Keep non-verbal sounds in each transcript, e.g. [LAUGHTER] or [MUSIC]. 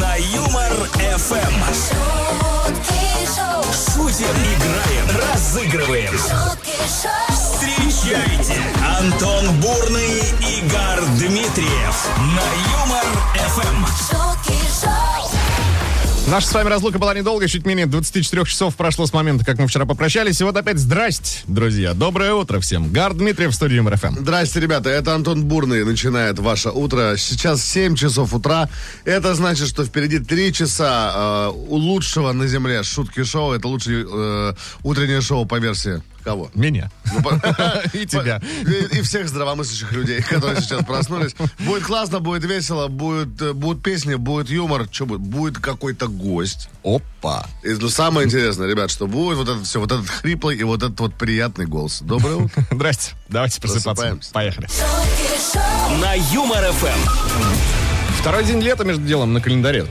На Юмор ФМ. Шутим, играем, разыгрываем. Встречайте Антон Бурный, Игорь Дмитриев на Юмор Эм. ФМ. Наша с вами разлука была недолго, чуть менее 24 часов прошло с момента, как мы вчера попрощались. И вот опять здрасте, друзья. Доброе утро всем. Гар Дмитриев в студии Юмор ФМ. Здрасте, ребята, это Антон Бурный начинает ваше утро. Сейчас 7 часов утра. Это значит, что впереди 3 часа э, у лучшего на земле шутки шоу. Это лучшее э, утреннее шоу по версии [LAUGHS] кого? Меня. Ну, по- И тебя. И, и всех здравомыслящих людей, которые сейчас проснулись. Будет классно, будет весело, будет, э, будут песни, будет юмор. Что будет? Будет какой-то гость. Опа. И, ну, самое интересное, ребят, что будет вот это все, вот этот хриплый и вот этот вот приятный голос. Доброе утро. Здрасте. Давайте просыпаться. Просыпаемся. Поехали. На Юмор Эм. ФМ. Второй день лета, между делом, на календаре.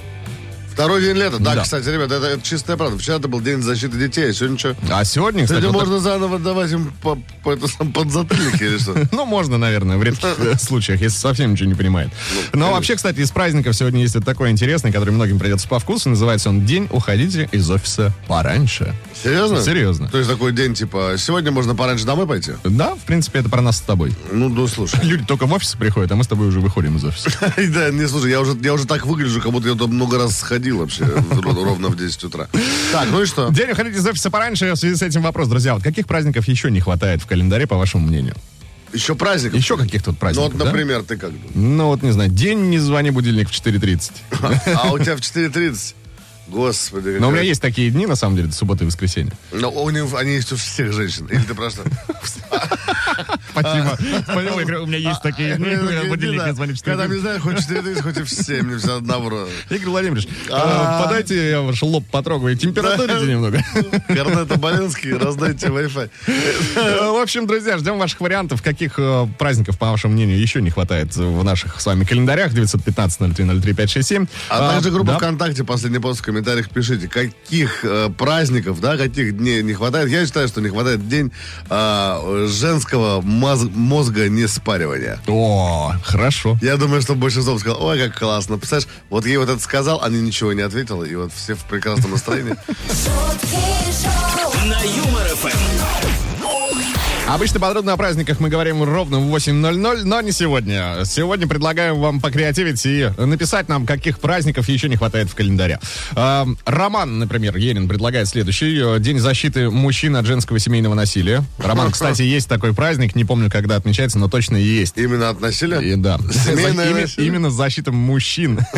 Второй день лета. Да, Да. кстати, ребят, это, это чистая правда. Вчера это был день защиты детей, а сегодня что? А сегодня, кстати, Сегодня вот можно заново давать им по, по это сам подзатыльник или что? так- ну, можно, наверное, в редких э, случаях, если совсем ничего не понимает. Ну, Но вообще, кстати, из праздников сегодня есть вот такой интересный, который многим придется по вкусу. Называется он «День уходите из офиса пораньше». Серьезно? Серьезно. То есть такой день, типа, сегодня можно пораньше домой пойти? Да, в принципе, это про нас с тобой. Ну, [LAUGHS] ну, слушай. [LAUGHS] Люди только в офис приходят, а мы с тобой уже выходим из офиса. Да, не слушай, я уже, я уже так выгляжу, как будто я туда много раз сходил вообще, [LAUGHS] в- ровно в 10 утра. Так, ну и что? [LAUGHS] День уходить из офиса пораньше. а В связи с этим вопрос, друзья, вот каких праздников еще не хватает в календаре, по вашему мнению? Еще праздник. Еще каких-то вот Ну праздников, вот, да? например, ты [LAUGHS] как думаешь? Ну вот, не знаю, день не звони будильник в 4.30. А у тебя в 4.30? Господи. Но у какая- меня есть такие дни, на самом деле, суббота и воскресенье. Но у них, они есть у всех женщин. Или ты просто... [LAUGHS] Спасибо. Спасибо, Игорь, у меня есть такие дни, когда Ну, будильник не звонит в Э, Когда там, Ну, не 4.30. знаю, хоть 4.30, хоть и в 7, мне А. все одного. Игорь Владимирович, э, подайте, я ваш лоб потрогаю, температурите [LAUGHS] немного. Корнет Оболенский, раздайте Wi-Fi. Э, В общем, друзья, ждем ваших вариантов. Каких э, праздников, по вашему мнению, еще не хватает в наших с вами календарях? 915-0303-567. А также группа да. ВКонтакте, последний пост в комментариях пишите, каких э, праздников, да, каких дней не хватает. Я считаю, что не хватает день э, женского мозга мозга не спаривания. О, хорошо. Я думаю, что большинство сказал, ой, как классно. Представляешь, вот ей вот это сказал, она ничего не ответила, и вот все в прекрасном настроении. [LAUGHS] На Юмор Эм. ФМ. Обычно подробно о праздниках мы говорим ровно в 8.00, но не сегодня. Сегодня предлагаем вам покреативить и написать нам, каких праздников еще не хватает в календаре. Эм, Роман, например, Енин предлагает следующий. э, День защиты мужчин от женского семейного насилия. Ну, Роман, кстати, есть такой праздник, не помню, когда отмечается, но точно есть. Именно от насилия? И да. Семейное Ими- насилие. Именно защита мужчин [LAUGHS]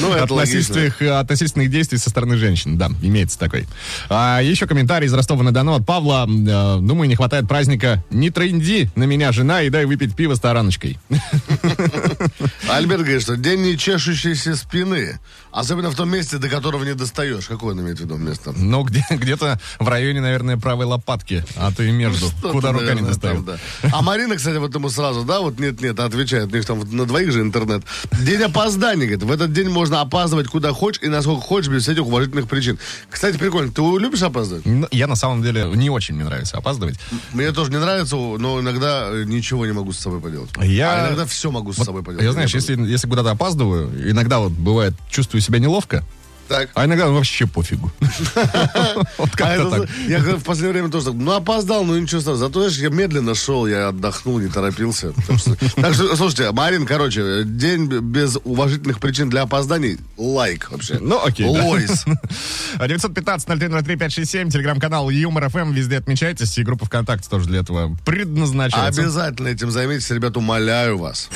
Ну, это от насильственных, э, от насильственных действий со стороны женщин. Да, имеется такой. А еще комментарий из Ростова-на-Дону от Павла. Э, Думаю, не хватает праздника «Не тренди на меня, жена, и дай выпить пиво с тараночкой». [LAUGHS] Альберт говорит, что день не чешущейся спины, особенно в том месте, до которого не достаешь. Какое он имеет в виду место? Ну, где- где-то в районе, наверное, правой лопатки, а то и между, Что-то, куда рука не наверное, достает. там, да. А Марина, кстати, вот ему сразу, да, вот нет-нет, отвечает. У них там на двоих же интернет. День опозданий, говорит. В этот день можно опаздывать куда хочешь и насколько хочешь, без всяких уважительных причин. Кстати, прикольно, ты любишь опаздывать? Ну, Я на самом деле не очень мне нравится опаздывать. Мне тоже не нравится, но иногда э, ничего не могу с собой поделать. Я- А иногда все могу с собой поделать. Я, знаешь, если, если куда-то опаздываю, иногда вот бывает, чувствую себя неловко, Так. а иногда вообще [LAUGHS] пофигу. Вот А как-то это- так. Я говорю, в последнее время тоже так, ну опоздал, ну ничего страшного. Зато знаешь, я медленно шел, я отдохнул, не торопился. Так что, так что, слушайте, Марин, короче, день без уважительных причин для опозданий, лайк вообще. Ну, окей, да. [LAUGHS] Лойс. 915-0303-567, телеграм-канал Юмор ФМ, везде отмечайтесь, и группа ВКонтакте тоже для этого предназначается. Обязательно этим займитесь, ребят, умоляю вас.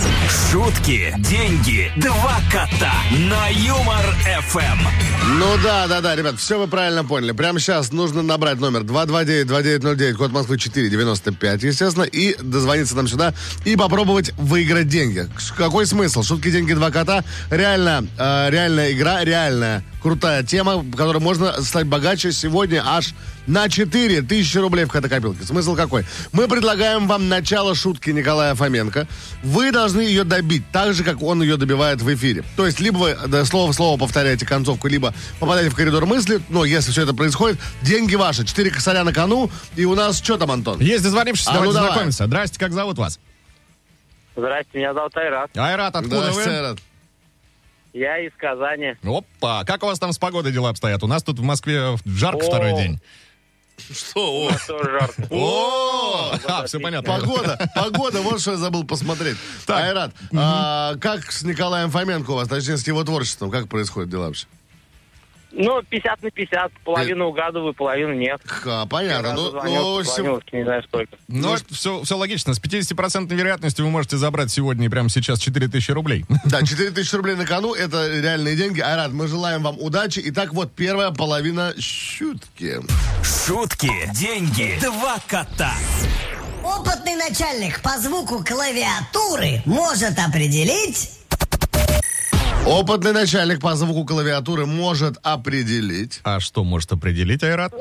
Шутки, деньги, два кота. На Юмор Эм. ФМ. Ну да, да, да, ребят, все вы правильно поняли. Прямо сейчас нужно набрать номер 229-2909, код Москвы 495, естественно, и дозвониться нам сюда и попробовать выиграть деньги. Ш- Какой смысл? Шутки, деньги, два кота. Реально, э, реальная игра, реальная крутая тема, в которой можно стать богаче сегодня аж на 4 тысячи рублей в катакопилке. Смысл какой? Мы предлагаем вам начало шутки Николая Фоменко. Вы должны ее добить так же, как он ее добивает в эфире. То есть, либо вы да, слово в слово повторяете концовку, либо попадаете в коридор мысли. Но если все это происходит, деньги ваши. Четыре косаря на кону. И у нас что там, Антон? Есть дозвонившись, А, давайте ну давай. знакомимся. Здрасте, как зовут вас? Здравствуйте, меня зовут Айрат. Айрат, откуда Да, вы? Сайрат. Я из Казани. Опа, как у вас там с погодой дела обстоят? У нас тут в Москве жарко О. второй день. Что? У о, нас тоже жарко. О, да, все отлично. понятно. Погода, погода, вот что я забыл посмотреть. Айрат, а, как с Николаем Фоменко у вас, точнее, с его творчеством, как происходят дела вообще? Ну, 50 на 50. Половину угадываю, половину нет. Ха, понятно. Разу Ну, звонил, ну, позвонил, не знаю сколько. Ну, все, все логично. С 50% вероятностью вы можете забрать сегодня и прямо сейчас 4000 рублей. [LAUGHS] Да, 4000 рублей на кону, это реальные деньги. Айрат, мы желаем вам удачи. Итак, вот первая половина щутки. Шутки, деньги, два кота. Опытный начальник по звуку клавиатуры может определить... Опытный начальник по звуку клавиатуры может определить. А что может определить Айрат?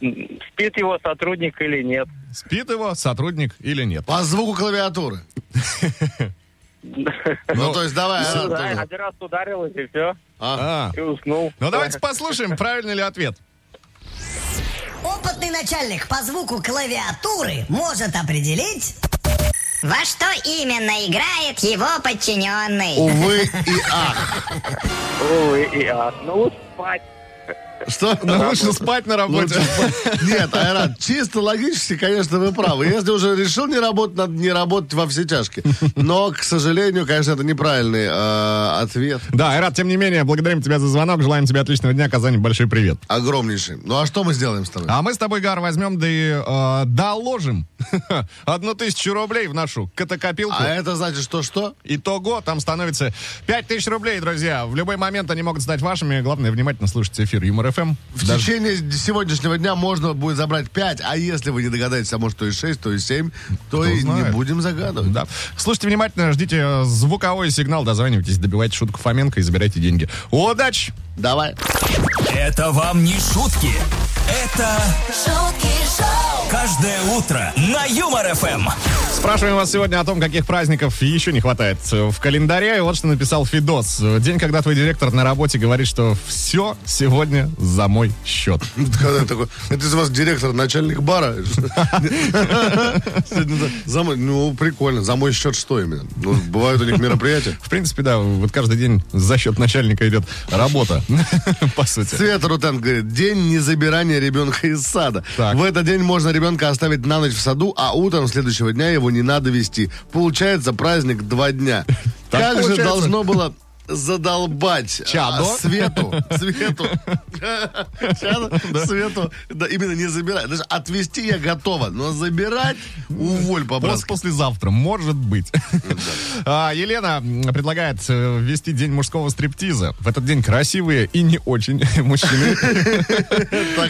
М, Спит его сотрудник или нет. Спит его сотрудник или нет? По звуку [LAUGHS] клавиатуры. Ну, то есть давай, Ну, Айрат. да, тоже. один раз ударилось, и все. А. А, И уснул. Ну, давайте послушаем, правильный ли ответ. Опытный начальник по звуку клавиатуры может определить... Во что именно играет его подчиненный? Увы и ах. Ой, и ад. Ну, лучше спать. [LAUGHS] Что? Ну, лучше спать на работе. Нет, Айрат, чисто логически, конечно, вы правы. Если уже решил не работать, надо не работать во все тяжкие. Но, к сожалению, конечно, это неправильный э, ответ. Да, Айрат, тем не менее, благодарим тебя за звонок, желаем тебе отличного дня, Казани, большой привет. Огромнейший. Ну а что мы сделаем с тобой? А мы с тобой, Гар, возьмем да и э, доложим [LAUGHS] одну тысячу рублей в нашу катакопилку. А это значит, что что? Итого там становится 5000 рублей, друзья. В любой момент они могут стать вашими. Главное, внимательно слушайте эфир Юмор ФМ. В течение сегодняшнего дня можно будет забрать 5, а если вы не догадаетесь, а может, то и 6, то и 7, то и не знает. будем загадывать. Да. Слушайте внимательно, ждите э, звуковой сигнал, дозванивайтесь, добивайте шутку Фоменко и забирайте деньги. Удачи! Давай. Это вам не шутки. Это каждое утро на Юмор Эм. ФМ. Спрашиваем вас сегодня о том, каких праздников еще не хватает э, в календаре. И вот что написал Фидос. День, когда твой директор на работе говорит, что все сегодня за мой счет. [LAUGHS] Когда такой, это из вас директор, начальник бара. [LAUGHS] Сегодня за мой- Ну, прикольно. За мой счет что именно? Ну, бывают у них мероприятия. В принципе, да, вот каждый день за счет начальника идет работа, [LAUGHS] по сути. [LAUGHS] Света Рутен говорит, день незабирания ребенка из сада. Так. В этот день можно ребенка оставить на ночь в саду, а утром следующего дня его не надо вести. Получается праздник два дня. [LAUGHS] Так Как же получается. должно было задолбать а, Чадо? Свету. [LAUGHS] Свету. Чадо, Свету. Да, именно не забирать. Даже отвести я готова, но забирать уволь по Просто послезавтра, может быть. [LAUGHS] А, Елена м, предлагает э, ввести день мужского стриптиза. В этот день красивые и не очень [LAUGHS] мужчины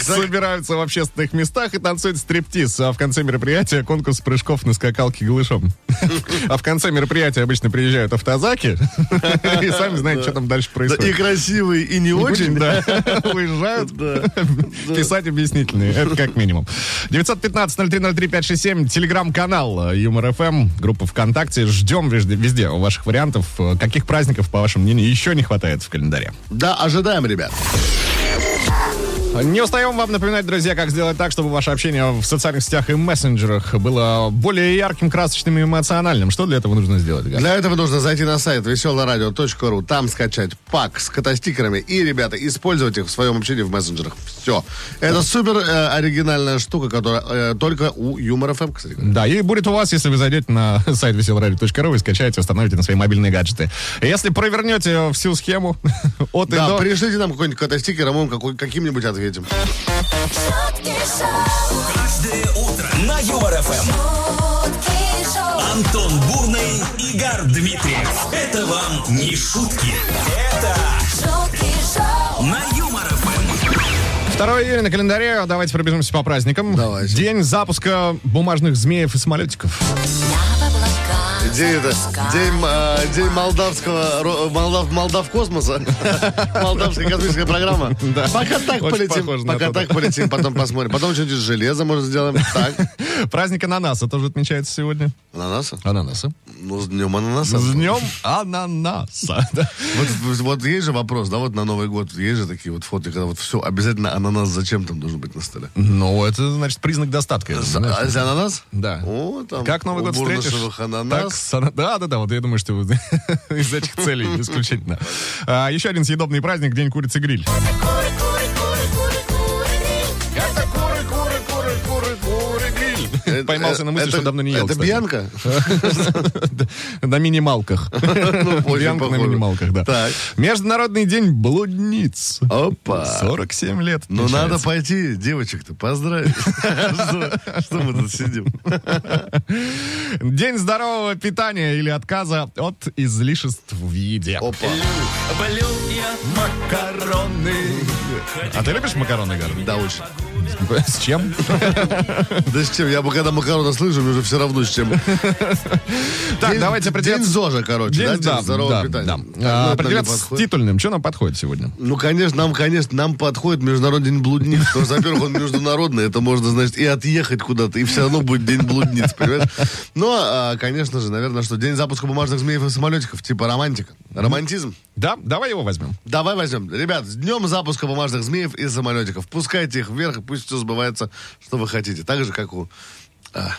собираются в общественных местах и танцуют стриптиз. А в конце мероприятия конкурс прыжков на скакалке голышом. А в конце мероприятия обычно приезжают автозаки [LAUGHS] и сами знаете, что там дальше И происходит. красивый, и не очень. да. [LAUGHS] Уезжают писать объяснительные. Это как минимум. 915-0303-567, телеграм-канал э, Юмор ФМ, группа ВКонтакте. Ждем везде, везде ваших вариантов. Э, Каких праздников, по вашему мнению, еще не хватает в календаре? Да, ожидаем, ребят. Не устаем вам напоминать, друзья, как сделать так, чтобы ваше общение в социальных сетях и мессенджерах было более ярким, красочным и эмоциональным. Что для этого нужно сделать, Гар? Для этого нужно зайти на сайт веселорадио.ру, там скачать пак с котостикерами и, ребята, использовать их в своем общении в мессенджерах. Все. Это супер э, оригинальная штука, которая э, только у Юмор ФМ, кстати. говоря. Да, и будет у вас, если вы зайдете на [LAUGHS] сайт веселраdio.ру и скачаете, установите на свои мобильные гаджеты. Если провернете всю схему [LAUGHS] от и Да, до... пришлите нам какой-нибудь котостикер, а мы вам какой- каким-нибудь ответим. Каждое утро на Юмор Эм. ФМ. Антон Бурный, Игорь Дмитриев. Это вам не шутки. Это на Юмор ФМ. 2 июня на календаре. Давайте пробежимся по праздникам. Давайте. День запуска бумажных змеев и самолетиков. [LAUGHS] День, это, день, э, день молдавского, ро- молдав, молдав космоса, [LAUGHS] молдавская космическая программа. Да. Пока так Очень полетим, похоже на пока то, так да. полетим, потом посмотрим. Потом что-нибудь из железа, может, сделаем. Так, Праздник ананаса тоже отмечается сегодня. ананаса. Ананаса. Ну, с днем ананаса. С днем ананаса. [LAUGHS] Да. Вот, вот есть же вопрос, да, вот на Новый год есть же такие вот фото, когда вот все, обязательно ананас зачем там должен быть на столе? Ну, это, значит, признак достатка. я За, думаю, знаешь. а за ананас? Да. О, там Как Новый у год Бурнышевых встретишь, ананас, так Сонат- Да-да-да, вот [LAUGHS] я думаю, что вы из этих [LAUGHS] целей исключительно. А, еще один съедобный праздник – День курицы гриль. [LAUGHS] Поймался на мысли, Это- что давно не ел, Это кстати. Бьянка? На минималках. [LAUGHS] очень [LAUGHS] Бьянка на похоже. минималках, да. Ну, Так. Международный день блудниц. Опа. 47 лет. Ну, надо отмечается. пойти девочек-то поздравить. [LAUGHS] Что- Что мы тут сидим? День здорового питания или отказа от излишеств в еде. Опа. Макароны. А ты любишь макароны, Гар? Да, очень. С чем? Да с чем? Я бы когда макароны слышу, мне уже все равно с чем. Так, День- давайте День определяться. ЗОЖа, короче, да? День здорового питания. Так, ну, А, это нам не Определяться с подходит. титульным. Что нам подходит сегодня? Ну, конечно, нам, конечно, нам подходит Международный день блудниц. Потому что, во-первых, он международный, это можно, значит, и отъехать куда-то, и все равно будет день блудниц, понимаешь? Ну, а, конечно же, наверное, что день запуска бумажных змеев и самолетиков, типа романтика. Романтизм. Да, давай его возьмем. Давай возьмем. Ребят, с днем запуска бумажных змеев и самолетиков. Пускайте их вверх, и пусть все сбывается, что вы хотите. Так же, как у а,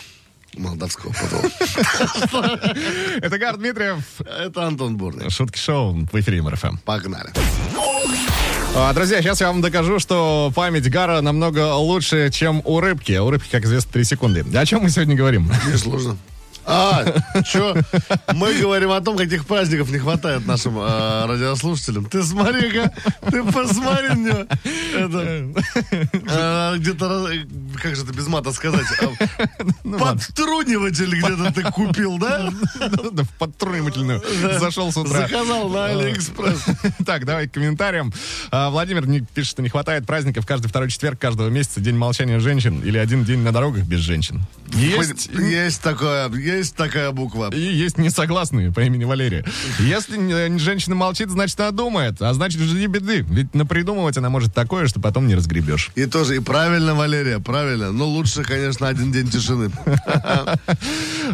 молдавского потола. Это Гар Дмитриев. Это Антон Бурный. Шутки шоу в эфире МРФМ. Погнали. А, Друзья, сейчас я вам докажу, что память Гара намного лучше, чем у рыбки. А У рыбки, как известно, 3 секунды. О чем мы сегодня говорим? [LAUGHS] Не сложно. А, чё? Мы говорим о том, каких праздников не хватает нашим э, радиослушателям. Ты смотри-ка, ты посмотри на него. Это, э, где-то, раз- как же это без мата сказать? А, Подтруниватель где-то ты купил, да? Да, В подтрунивательную. Зашел с утра. А. Заказал на Алиэкспресс. [LAUGHS] Так, давай к комментариям. А, Владимир не- пишет, что не хватает праздников каждый второй четверг каждого месяца. День молчания женщин или один день на дорогах без женщин. Есть... Есть такое, есть такая буква. И есть несогласные по имени Валерия. Если не- женщина молчит, значит, она думает. А значит, жди беды. Ведь напридумывать она может такое, что потом не разгребешь. И тоже, и правильно, Валерия, правильно. Но лучше, конечно, один день тишины. [LAUGHS]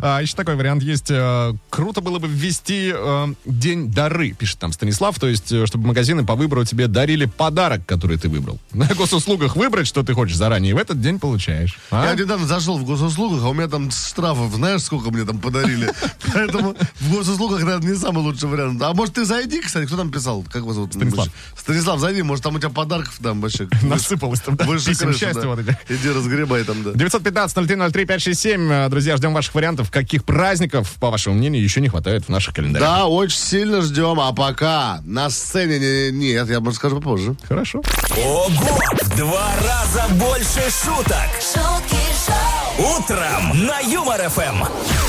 А, еще такой вариант есть. э, Круто было бы ввести э, день дары, пишет там Станислав. То есть, э, чтобы магазины по выбору тебе дарили подарок, который ты выбрал. [LAUGHS] На госуслугах выбрать, что ты хочешь заранее, и в этот день получаешь. А? Я недавно зашел в госуслугах, а у меня там штрафов, знаешь, сколько мне там подарили. [LAUGHS] Поэтому в госуслугах, наверное, не самый лучший вариант. А может, ты зайди, кстати, кто там писал? Как вас зовут? Станислав. Станислав, зайди, может, там у тебя подарков там [LAUGHS] вообще. [LAUGHS] Насыпалось там, да, [LAUGHS] Выше писем крыши, счастья да. вот этих. Иди разгребай там, да. 915-0303-567. Э, Друзья, ждем ваших вариантов. Каких праздников, по вашему мнению, еще не хватает в наших календарях? Да, очень сильно ждем, а пока на сцене не- нет, я вам скажу попозже. Хорошо. Ого! В два раза больше шуток! Утром на Юмор ФМ!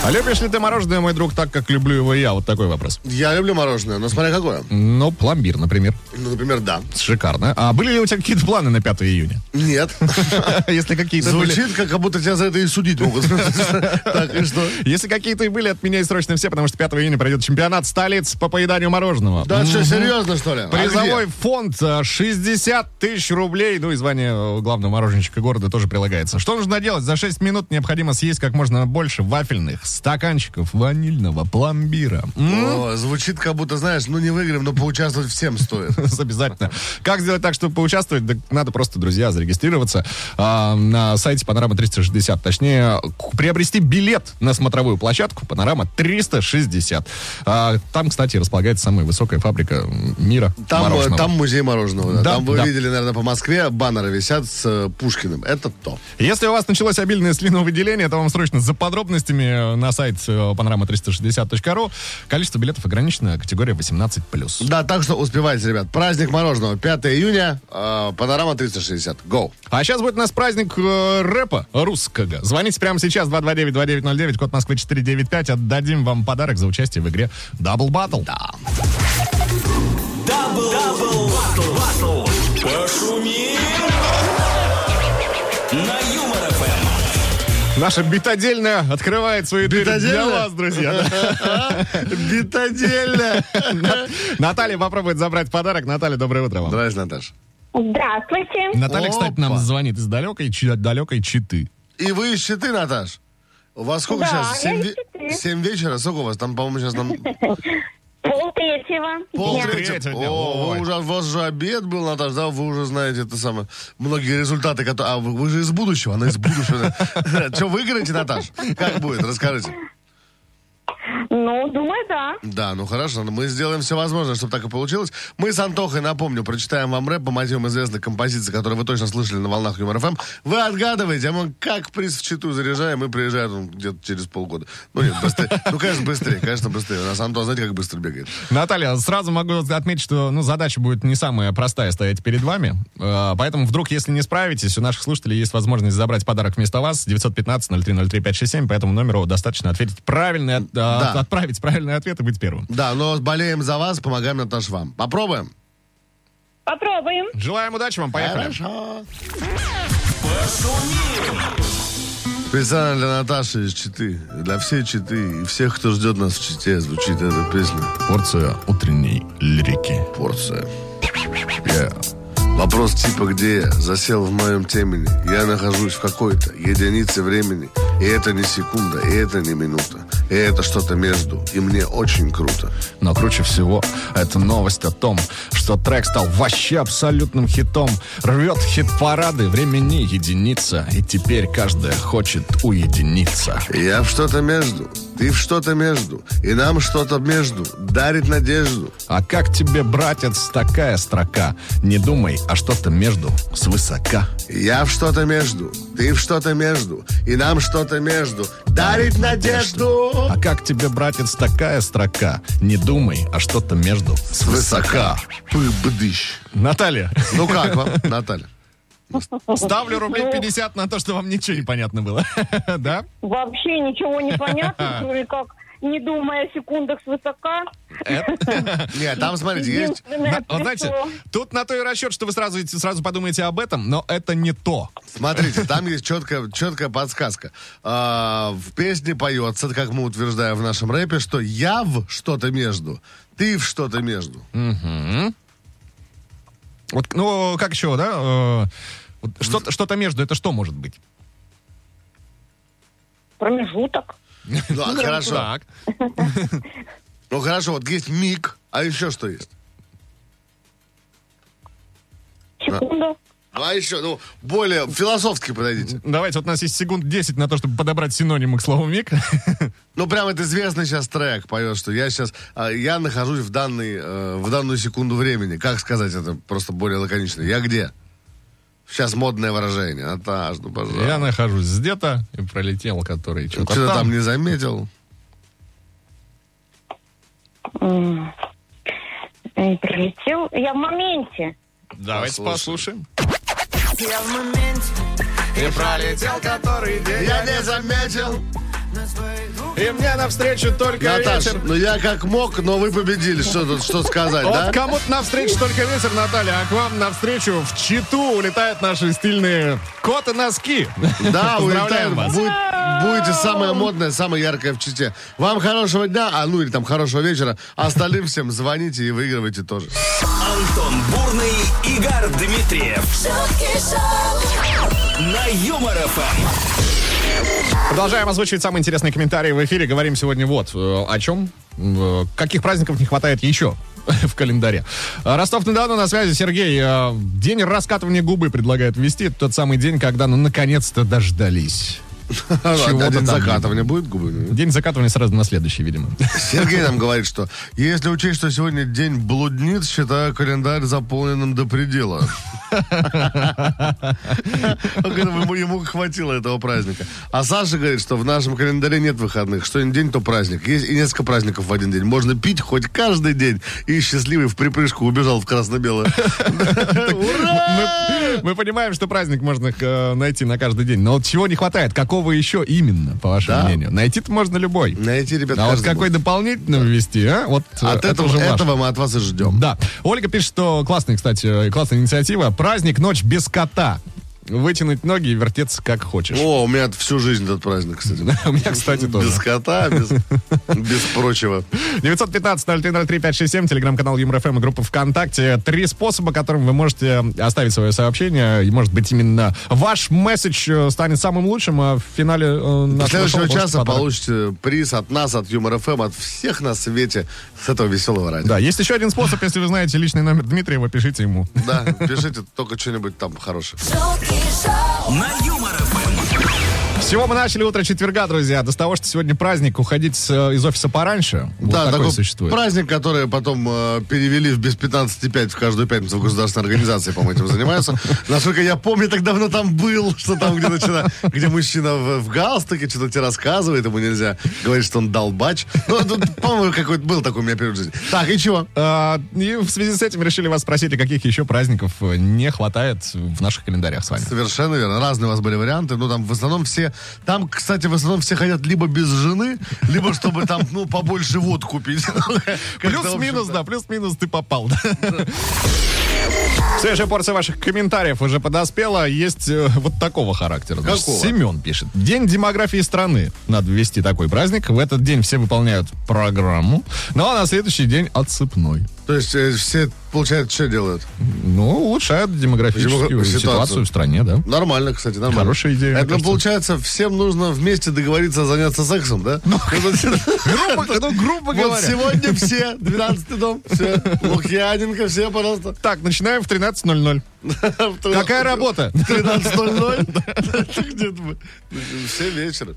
А любишь ли ты мороженое, мой друг, так, как люблю его я? Вот такой вопрос. Я люблю мороженое, но смотря какое. Ну, пломбир, например. Ну, например, да. Шикарно. А были ли у тебя какие-то планы на 5 июня? [LAUGHS] Нет. Если какие-то были... Звучит, как как будто тебя за это и судить могут. [LAUGHS] Так, и что? Если какие-то и были, отменяй срочно все, потому что 5 июня пройдет чемпионат столиц по поеданию мороженого. Да что, серьезно, что ли? А Ну, Призовой где? фонд э, 60 тысяч рублей. Ну и звание э, главного мороженщика города тоже прилагается. Что нужно делать? За 6 минут необходимо съесть как можно больше вафельных стаканчиков ванильного пломбира. М, О, звучит, как будто, знаешь, ну не выиграем, но поучаствовать всем стоит. [LAUGHS] Обязательно. Как сделать так, чтобы поучаствовать? Да надо просто, друзья, зарегистрироваться а, на сайте Панорама 360. Точнее, к- приобрести билет на смотровую площадку Панорама 360. А, там, кстати, располагается самая высокая фабрика м, мира Там, мороженого. э, там музей мороженого. да. Да, там вы да. видели, наверное, по Москве баннеры висят с э, Пушкиным. Это то. Если у вас началось обильное слиновыделение, то вам срочно за подробностями э, на сайт panorama360.ru. Количество билетов ограничено, категория 18+. Да, так что успевайте, ребят. Праздник мороженого. 5 июня. э, Панорама 360. Гоу. А сейчас будет у нас праздник э, рэпа русского. Звоните прямо сейчас 229-2909, код Москвы 495. Отдадим вам подарок за участие в игре Double Battle. Да. Дабл, дабл, батл, батл. Пошумим! На Юмор ФМ! Наша битодельная открывает свои двери для Битодельная? вас, друзья. Битодельно. Да. Наталья попробует забрать подарок. Наталья, доброе утро вам. Здрасте, Наташа. Здравствуйте. Наталья, кстати, нам Опа. звонит из далекой, чи- далекой Читы. И вы из Читы, Наташ? У вас сколько Да, сейчас? я Семь из ве- Читы. семь вечера? Сколько у вас там, по-моему, сейчас [LAUGHS] там Пол третьего. пол Третьего дня. О, Ой. вы уже, у вас же обед был, Наташа, да? Вы уже знаете это самое. Многие результаты, которые... А вы, вы же из будущего, [LAUGHS] она из будущего. Что, выиграете, Наташ? Как будет? Расскажите. Ну, Ну, думаю, да. Да, ну хорошо, но мы сделаем все возможное, чтобы так и получилось. Мы с Антохой, напомню, прочитаем вам рэп по мотивам известных композиций, которые вы точно слышали на волнах Юмор ФМ. Вы отгадываете, а мы как приз в читу заряжаем и приезжает он где-то через полгода. Ну нет, быстрее. Ну, конечно, быстрее, конечно, быстрее. У нас Антон, знаете, как быстро бегает? Наталья, сразу могу отметить, что ну, задача будет не самая простая стоять перед вами. Э, Поэтому вдруг, если не справитесь, у наших слушателей есть возможность забрать подарок вместо вас 915-0303-567. По этому номеру достаточно ответить правильный, от- э, Да. отправить правильный ответ и быть первым. Да, но болеем за вас, помогаем Наташ вам. Попробуем? Попробуем. Желаем удачи вам, поехали. Хорошо. Специально для Наташи из Читы, для всей Читы и всех, кто ждет нас в Чите, звучит эта песня. Порция утренней лирики. порция. Я. Вопрос типа, где я засел в моем темени. Я нахожусь в какой-то единице времени. И это не секунда, и это не минута. И это что-то между. И мне очень круто. Но круче всего это новость о том, что трек стал вообще абсолютным хитом. Рвет хит-парады, времени единица, и теперь каждая хочет уединиться. Я в что-то между, ты в что-то между. И нам что-то между дарит надежду. А как тебе, братец, такая строка? Не думай, а что-то между свысока. Я в что-то между, ты в что-то между. И нам что-то между дарит надежду. А как тебе, братец, такая строка? Не думай, а что-то между свысока. Высока. Пы-бдыщ. Наталья, Ну как [LAUGHS] вам, Наталья? ставлю рублей 50 на то, что вам ничего не понятно было. [LAUGHS] Да? Вообще ничего не [LAUGHS] понятно, кроме как не думая о секундах свысока. Нет, там, смотрите, есть Единственное На- вот знаете, пришло. тут на то и расчет, что вы сразу, идти- сразу подумаете об этом, но это не то. Смотрите, там есть четкая, четкая подсказка. А, в песне поется, как мы утверждаем в нашем рэпе, что я в что-то между, ты в что-то между. Вот, ну, как еще, да? э, вот что-то, что-то между, это что может быть? Промежуток. Ну, а хорошо. Так. Ну, хорошо, вот есть миг, а еще что есть? Секунду. Ну, а еще, ну, более философски подойдите. Давайте, вот у нас есть секунд 10 на то, чтобы подобрать синонимы к слову «миг». Ну, прям это известный сейчас трек поет, что я сейчас, а, я нахожусь в, данный, э, в данную секунду времени. Как сказать это просто более лаконично? Я где? Сейчас модное выражение. Наташ, ну, пожалуйста. Я нахожусь где-то и пролетел, который что-то Что-то там там. не заметил. М, Э, Прилетел. Я в моменте. Давайте Послушаем. послушаем. И пролетел который день, Я не заметил. и мне навстречу только Наташ, ну я как мог, но вы победили. Что тут, что сказать, да? Вот кому-то навстречу только ветер, Наталья, а к вам навстречу в Читу улетают наши стильные кот и носки. [LAUGHS] Да, Поздравляем улетаем. вас. Будет, будете самое модное, самое яркое в Чите. Вам хорошего дня, а ну или там хорошего вечера. А Остальным всем звоните и выигрывайте тоже. Антон Бурный, Игорь Дмитриев шутки шоу, на Юмор ФМ. Продолжаем озвучивать самые интересные комментарии в эфире. Говорим сегодня вот э, о чем. э, Каких праздников не хватает еще [LAUGHS] в календаре. Э, Ростов-на-Дону на связи, Сергей. Э, День раскатывания губы предлагают ввести. Это Тот самый день, когда ну наконец-то дождались. Чего-то Один там. закатывание будет губы. День закатывания сразу на следующий, видимо. [LAUGHS] Сергей нам говорит, что если учесть, что сегодня день блудниц, считаю календарь заполненным до предела. Он говорит, Ему ему хватило этого праздника. А Саша говорит, что в нашем календаре нет выходных. Что ни день, то праздник. Есть и несколько праздников в один день. Можно пить хоть каждый день. И счастливый в припрыжку убежал в красно-белое. Ура! Мы, мы понимаем, что праздник можно э, найти на каждый день. Но вот чего не хватает? Какого еще именно, по вашему Да. мнению? Найти-то можно любой. Найти, ребят, а вот каждый какой будет. дополнительно ввести, а? Вот э, От это этого, уже ваше. этого мы от вас и ждем. Да. Ольга пишет, что классная, кстати, э, классная инициатива. Праздник «Ночь без кота». Вытянуть ноги и вертеться как хочешь. О, у меня всю жизнь этот праздник, кстати. У меня, кстати, тоже. Без кота, [LAUGHS] без, без прочего. 915-0303-567, телеграм-канал ЮморФМ и группа ВКонтакте. Три способа, которым вы можете э, оставить свое сообщение. И, может быть, именно ваш месседж э, станет самым лучшим, а в финале э, До нашего следующего шоу получите часа подарок. получите приз от нас, от Юмор ФМ, от всех на свете с этого веселого радио. Да, есть еще один способ, если вы знаете личный номер Дмитриева, пишите ему. Да, пишите только что-нибудь там хорошее. шутки шоу. На Юмор ФМ. Все чего мы начали утро четверга, друзья? До того, что сегодня праздник, уходить с, э, из офиса пораньше. Вот да, такой такой существует. праздник, который потом э, перевели в без 15,5 в каждую пятницу в государственной организации, по-моему, этим занимаются. Насколько я помню, так давно там был, что там, где, начина- где мужчина в, в галстуке что-то тебе рассказывает, ему нельзя говорить, что он долбач. Ну, тут, по-моему, какой-то был такой у меня период в жизни. Так, и чего? А, И в связи с этим решили вас спросить, а каких еще праздников э, не хватает в наших календарях с вами. Совершенно верно. Разные у вас были варианты. Ну, там в основном все... Там, кстати, в основном все хотят либо без жены, либо чтобы там, ну, побольше вод купить. [LAUGHS] Как-то, в общем, Плюс-минус, да, плюс-минус ты попал. да. Свежая порция ваших комментариев уже подоспела. Есть э, вот такого характера. Значит, Какого? Семен пишет. День демографии страны. Надо ввести такой праздник. В этот день все выполняют программу. Ну, а на следующий день отсыпной. То есть э, все, получается, что делают? Ну, улучшают демографическую Демогра- ситуацию. ситуацию в стране, да. Нормально, кстати, нормально. Хорошая идея, мне Это, кажется. получается, всем нужно вместе договориться заняться сексом, да? Ну, [LAUGHS] Грубо, ну, грубо вот говоря. сегодня все, 12-й дом, все, Лукьяненко, все, пожалуйста. Так, начинаем в 13.00. [LAUGHS] Какая работа? 13.00? Где-то мы. Все вечера.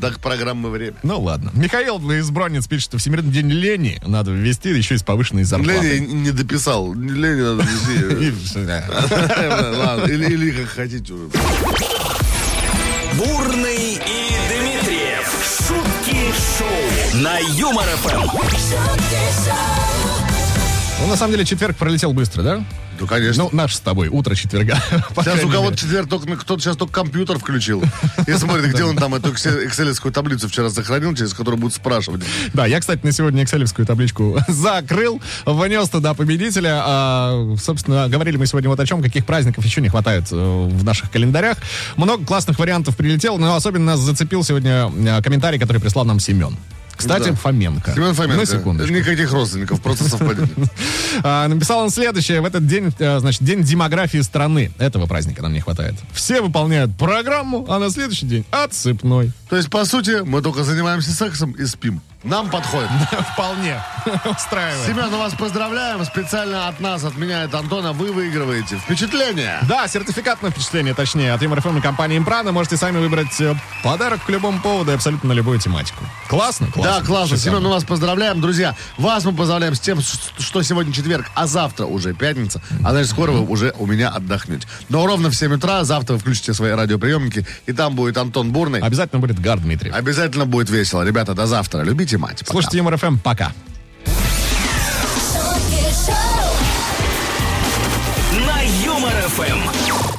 Так программы время. Ну ладно. Михаил из Бронниц пишет, что Всемирный день лени надо ввести еще и с повышенной зарплатой. Лени не дописал. Лени [LAUGHS] надо вести. И всё, да. [LAUGHS] Ладно, или, или как хотите уже. Бурный и Дмитриев. Шутки шоу. На Юмор Эм. ФМ. Ну, на самом деле, четверг пролетел быстро, да? Ну, конечно. Ну, наш с тобой, утро четверга. [LAUGHS] по Сейчас крайней у кого-то мере. четверг только кто-то сейчас только компьютер включил. И смотрит, где он там эту эксе- экселевскую таблицу вчера сохранил, через которую будут спрашивать. Да, я, кстати, на сегодня экселевскую табличку [LAUGHS] закрыл, внес туда победителя. А, собственно, говорили мы сегодня вот о чем, каких праздников еще не хватает э, в наших календарях. Много классных вариантов прилетело, но особенно нас зацепил сегодня э, комментарий, который прислал нам Семен. Кстати, Да. Фоменко. Семен Фоменко. На секундочку. Никаких родственников, просто [LAUGHS] совпадение. А, Написал он следующее. В этот день, э, значит, день демографии страны. Этого праздника нам не хватает. Все выполняют программу, а на следующий день отсыпной. [LAUGHS] То есть, по сути, мы только занимаемся сексом и спим. Нам подходит. Вполне [LAUGHS] устраивает. Семен, мы вас поздравляем. Специально от нас, от меня и от Антона, вы выигрываете. Впечатление! Да, сертификат на впечатление, точнее, от ЮморФМ и компании «Импрана». Можете сами выбрать э, подарок к любому поводу и абсолютно на любую тематику. Классно? Да, Шикарно. классно. Семен, мы вас поздравляем. Друзья, вас мы поздравляем с тем, ш- что сегодня четверг, а завтра уже пятница. А значит, скоро вы уже у меня отдохнете. Но ровно в 7 утра завтра вы включите свои радиоприемники, и там будет Антон Бурный. Обязательно будет Гар Дмитриев. Обязательно будет весело. Ребята, до завтра. Любите мать. А, Пока. Слушайте ЮморФМ, пока. шоу. Эм. На Юмор ФМ.